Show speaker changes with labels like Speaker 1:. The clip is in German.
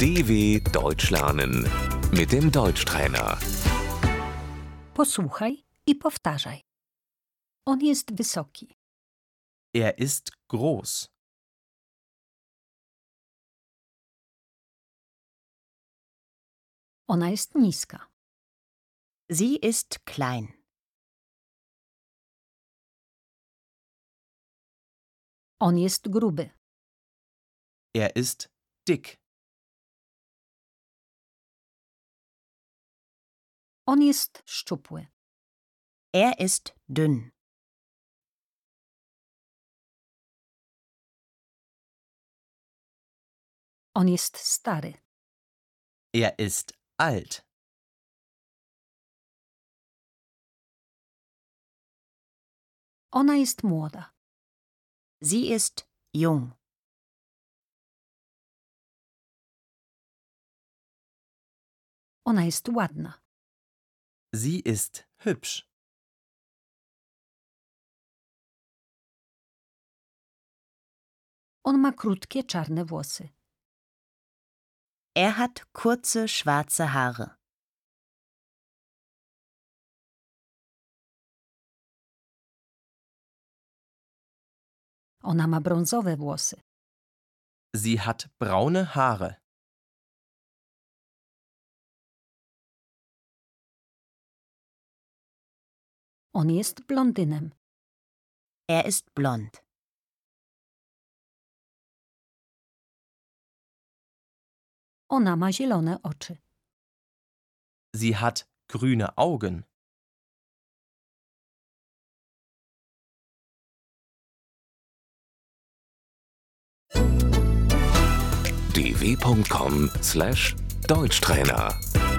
Speaker 1: DW Deutsch lernen mit dem Deutschtrainer.
Speaker 2: Posłuchaj i powtarzaj. On jest wysoki.
Speaker 3: Er ist groß.
Speaker 2: Ona jest niska.
Speaker 4: Sie ist klein.
Speaker 2: On jest gruby.
Speaker 3: Er ist dick.
Speaker 2: On jest szczupły.
Speaker 4: Er ist dünn.
Speaker 2: On jest stary.
Speaker 3: Er ist alt.
Speaker 2: Ona jest młoda.
Speaker 4: Sie ist jung.
Speaker 2: Ona jest ładna.
Speaker 3: Sie ist hübsch.
Speaker 2: On ma krótkie czarne włosy.
Speaker 4: Er hat kurze schwarze Haare.
Speaker 2: Ona ma brązowe włosy.
Speaker 3: Sie hat braune Haare.
Speaker 2: On jest blondynem.
Speaker 4: Er ist blond.
Speaker 2: Ona ma zielone oczy.
Speaker 3: Sie hat grüne Augen.
Speaker 1: dw.com/deutschtrainer